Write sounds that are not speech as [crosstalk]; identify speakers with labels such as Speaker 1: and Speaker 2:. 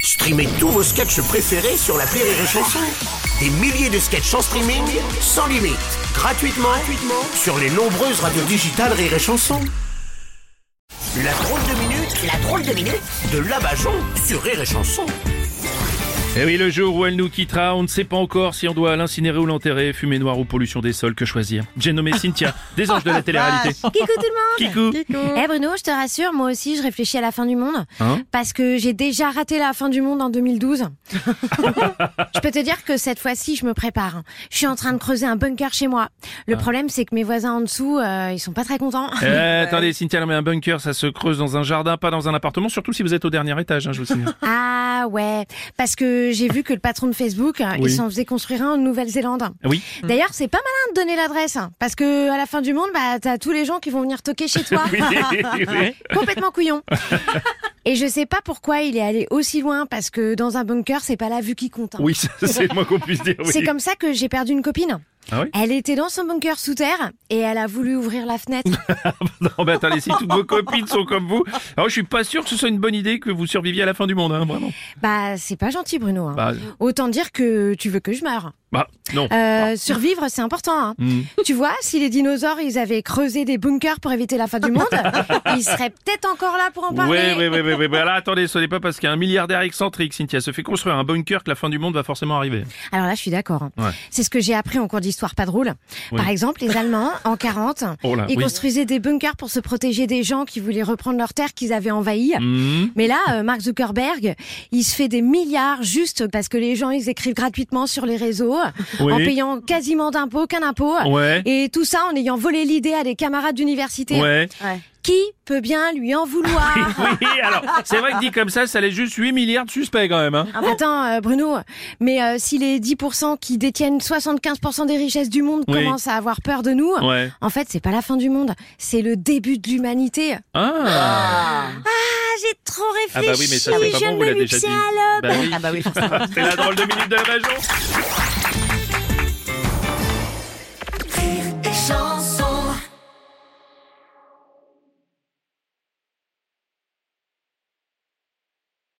Speaker 1: Streamez tous vos sketchs préférés sur la Rire et Chanson. Des milliers de sketchs en streaming, sans limite, gratuitement, gratuitement sur les nombreuses radios digitales Rire et Chanson. La drôle de minute, la drôle de minute de Labajon sur Rire et Chanson.
Speaker 2: Et Eh oui, le jour où elle nous quittera, on ne sait pas encore si on doit l'incinérer ou l'enterrer, fumée noire ou pollution des sols, que choisir. J'ai nommé [laughs] Cynthia, des anges de la télé-réalité.
Speaker 3: Kikou tout le monde
Speaker 2: Ah, Kikou.
Speaker 3: [laughs] Eh Bruno, je te rassure, moi aussi je réfléchis à la fin du monde.
Speaker 2: Hein
Speaker 3: parce que j'ai déjà raté la fin du monde
Speaker 2: [laughs]
Speaker 3: en 2012. je peux te dire que cette fois-ci je me prépare. hein. Je suis en train de creuser un bunker chez moi. Le problème c'est que mes voisins en dessous, euh, ils sont pas très contents.
Speaker 2: Ah. Eh, attendez, Cynthia, elle met un bunker, ça se creuse dans un jardin, pas dans un appartement, surtout si vous êtes au dernier étage, hein, je vous signale.
Speaker 3: Ah ouais, parce que j'ai vu que le patron de Facebook, euh,
Speaker 2: Oui.
Speaker 3: il s'en faisait construire un en Nouvelle-Zélande.
Speaker 2: Ah [laughs] Oui.
Speaker 3: D'ailleurs, c'est pas malin de donner l'adresse, hein, parce que à la fin du monde, bah t'as tous les gens qui vont venir toquer chez toi.
Speaker 2: [laughs] Oui, oui. [laughs]
Speaker 3: complètement couillon. Et je sais pas pourquoi il est allé aussi loin parce que dans un bunker, c'est pas la vue qui compte. hein.
Speaker 2: [laughs] Oui, ça, c'est le moins qu'on puisse dire. Oui.
Speaker 3: C'est comme ça que j'ai perdu une copine.
Speaker 2: Ah oui
Speaker 3: Elle était dans son bunker sous terre et elle a voulu ouvrir
Speaker 2: [laughs]
Speaker 3: la fenêtre.
Speaker 2: Non, mais attendez, si toutes vos copines sont comme vous, alors je suis pas sûr que ce soit une bonne idée que vous surviviez à la fin du monde, hein, vraiment.
Speaker 3: bah, c'est pas gentil, Bruno. hein.
Speaker 2: Bah,
Speaker 3: Autant dire que tu veux que je meure.
Speaker 2: bah, non.
Speaker 3: Euh, survivre, c'est important. hein.
Speaker 2: Hmm.
Speaker 3: Tu vois, si les dinosaures, ils avaient creusé des bunkers pour éviter la fin
Speaker 2: [laughs]
Speaker 3: du monde, ils seraient peut-être encore là pour en
Speaker 2: Oui,
Speaker 3: parler.
Speaker 2: oui, oui, oui, oui. Bah là, attendez, ce n'est pas parce qu'un milliardaire excentrique, Cynthia, se fait construire un bunker que la fin du monde va forcément arriver.
Speaker 3: Alors là, je suis d'accord. hein.
Speaker 2: Ouais.
Speaker 3: C'est ce que j'ai appris en cours d'histoire pas drôle.
Speaker 2: Oui.
Speaker 3: Par exemple, les Allemands, en 40,
Speaker 2: Oh là,
Speaker 3: ils
Speaker 2: oui.
Speaker 3: construisaient des bunkers pour se protéger des gens qui voulaient reprendre leurs terres qu'ils avaient envahies.
Speaker 2: Hmm.
Speaker 3: Mais là, euh, Mark Zuckerberg, il se fait des milliards juste parce que les gens, ils écrivent gratuitement sur les réseaux,
Speaker 2: Oui.
Speaker 3: en payant quasiment d'impôts qu'un impôt.
Speaker 2: Ouais.
Speaker 3: Et tout ça en ayant volé l'idée à des camarades d'université.
Speaker 2: Ouais.
Speaker 3: Qui peut bien lui en vouloir [laughs]
Speaker 2: Oui, alors, c'est vrai que dit comme ça, ça laisse juste 8 milliards de suspects quand même. Hein.
Speaker 3: Attends, euh, Bruno, mais euh, si les 10% qui détiennent 75% des richesses du monde
Speaker 2: Oui.
Speaker 3: commencent à avoir peur de nous,
Speaker 2: Ouais.
Speaker 3: en fait, c'est pas la fin du monde, c'est le début de l'humanité.
Speaker 2: Ah,
Speaker 3: Ah, j'ai trop réfléchi,
Speaker 2: Ah bah oui, mais ça, c'est pas bon, vous l'avez déjà dit. Bah oui.
Speaker 4: Ah bah oui, forcément.
Speaker 2: C'est la drôle de minute de la Bajon.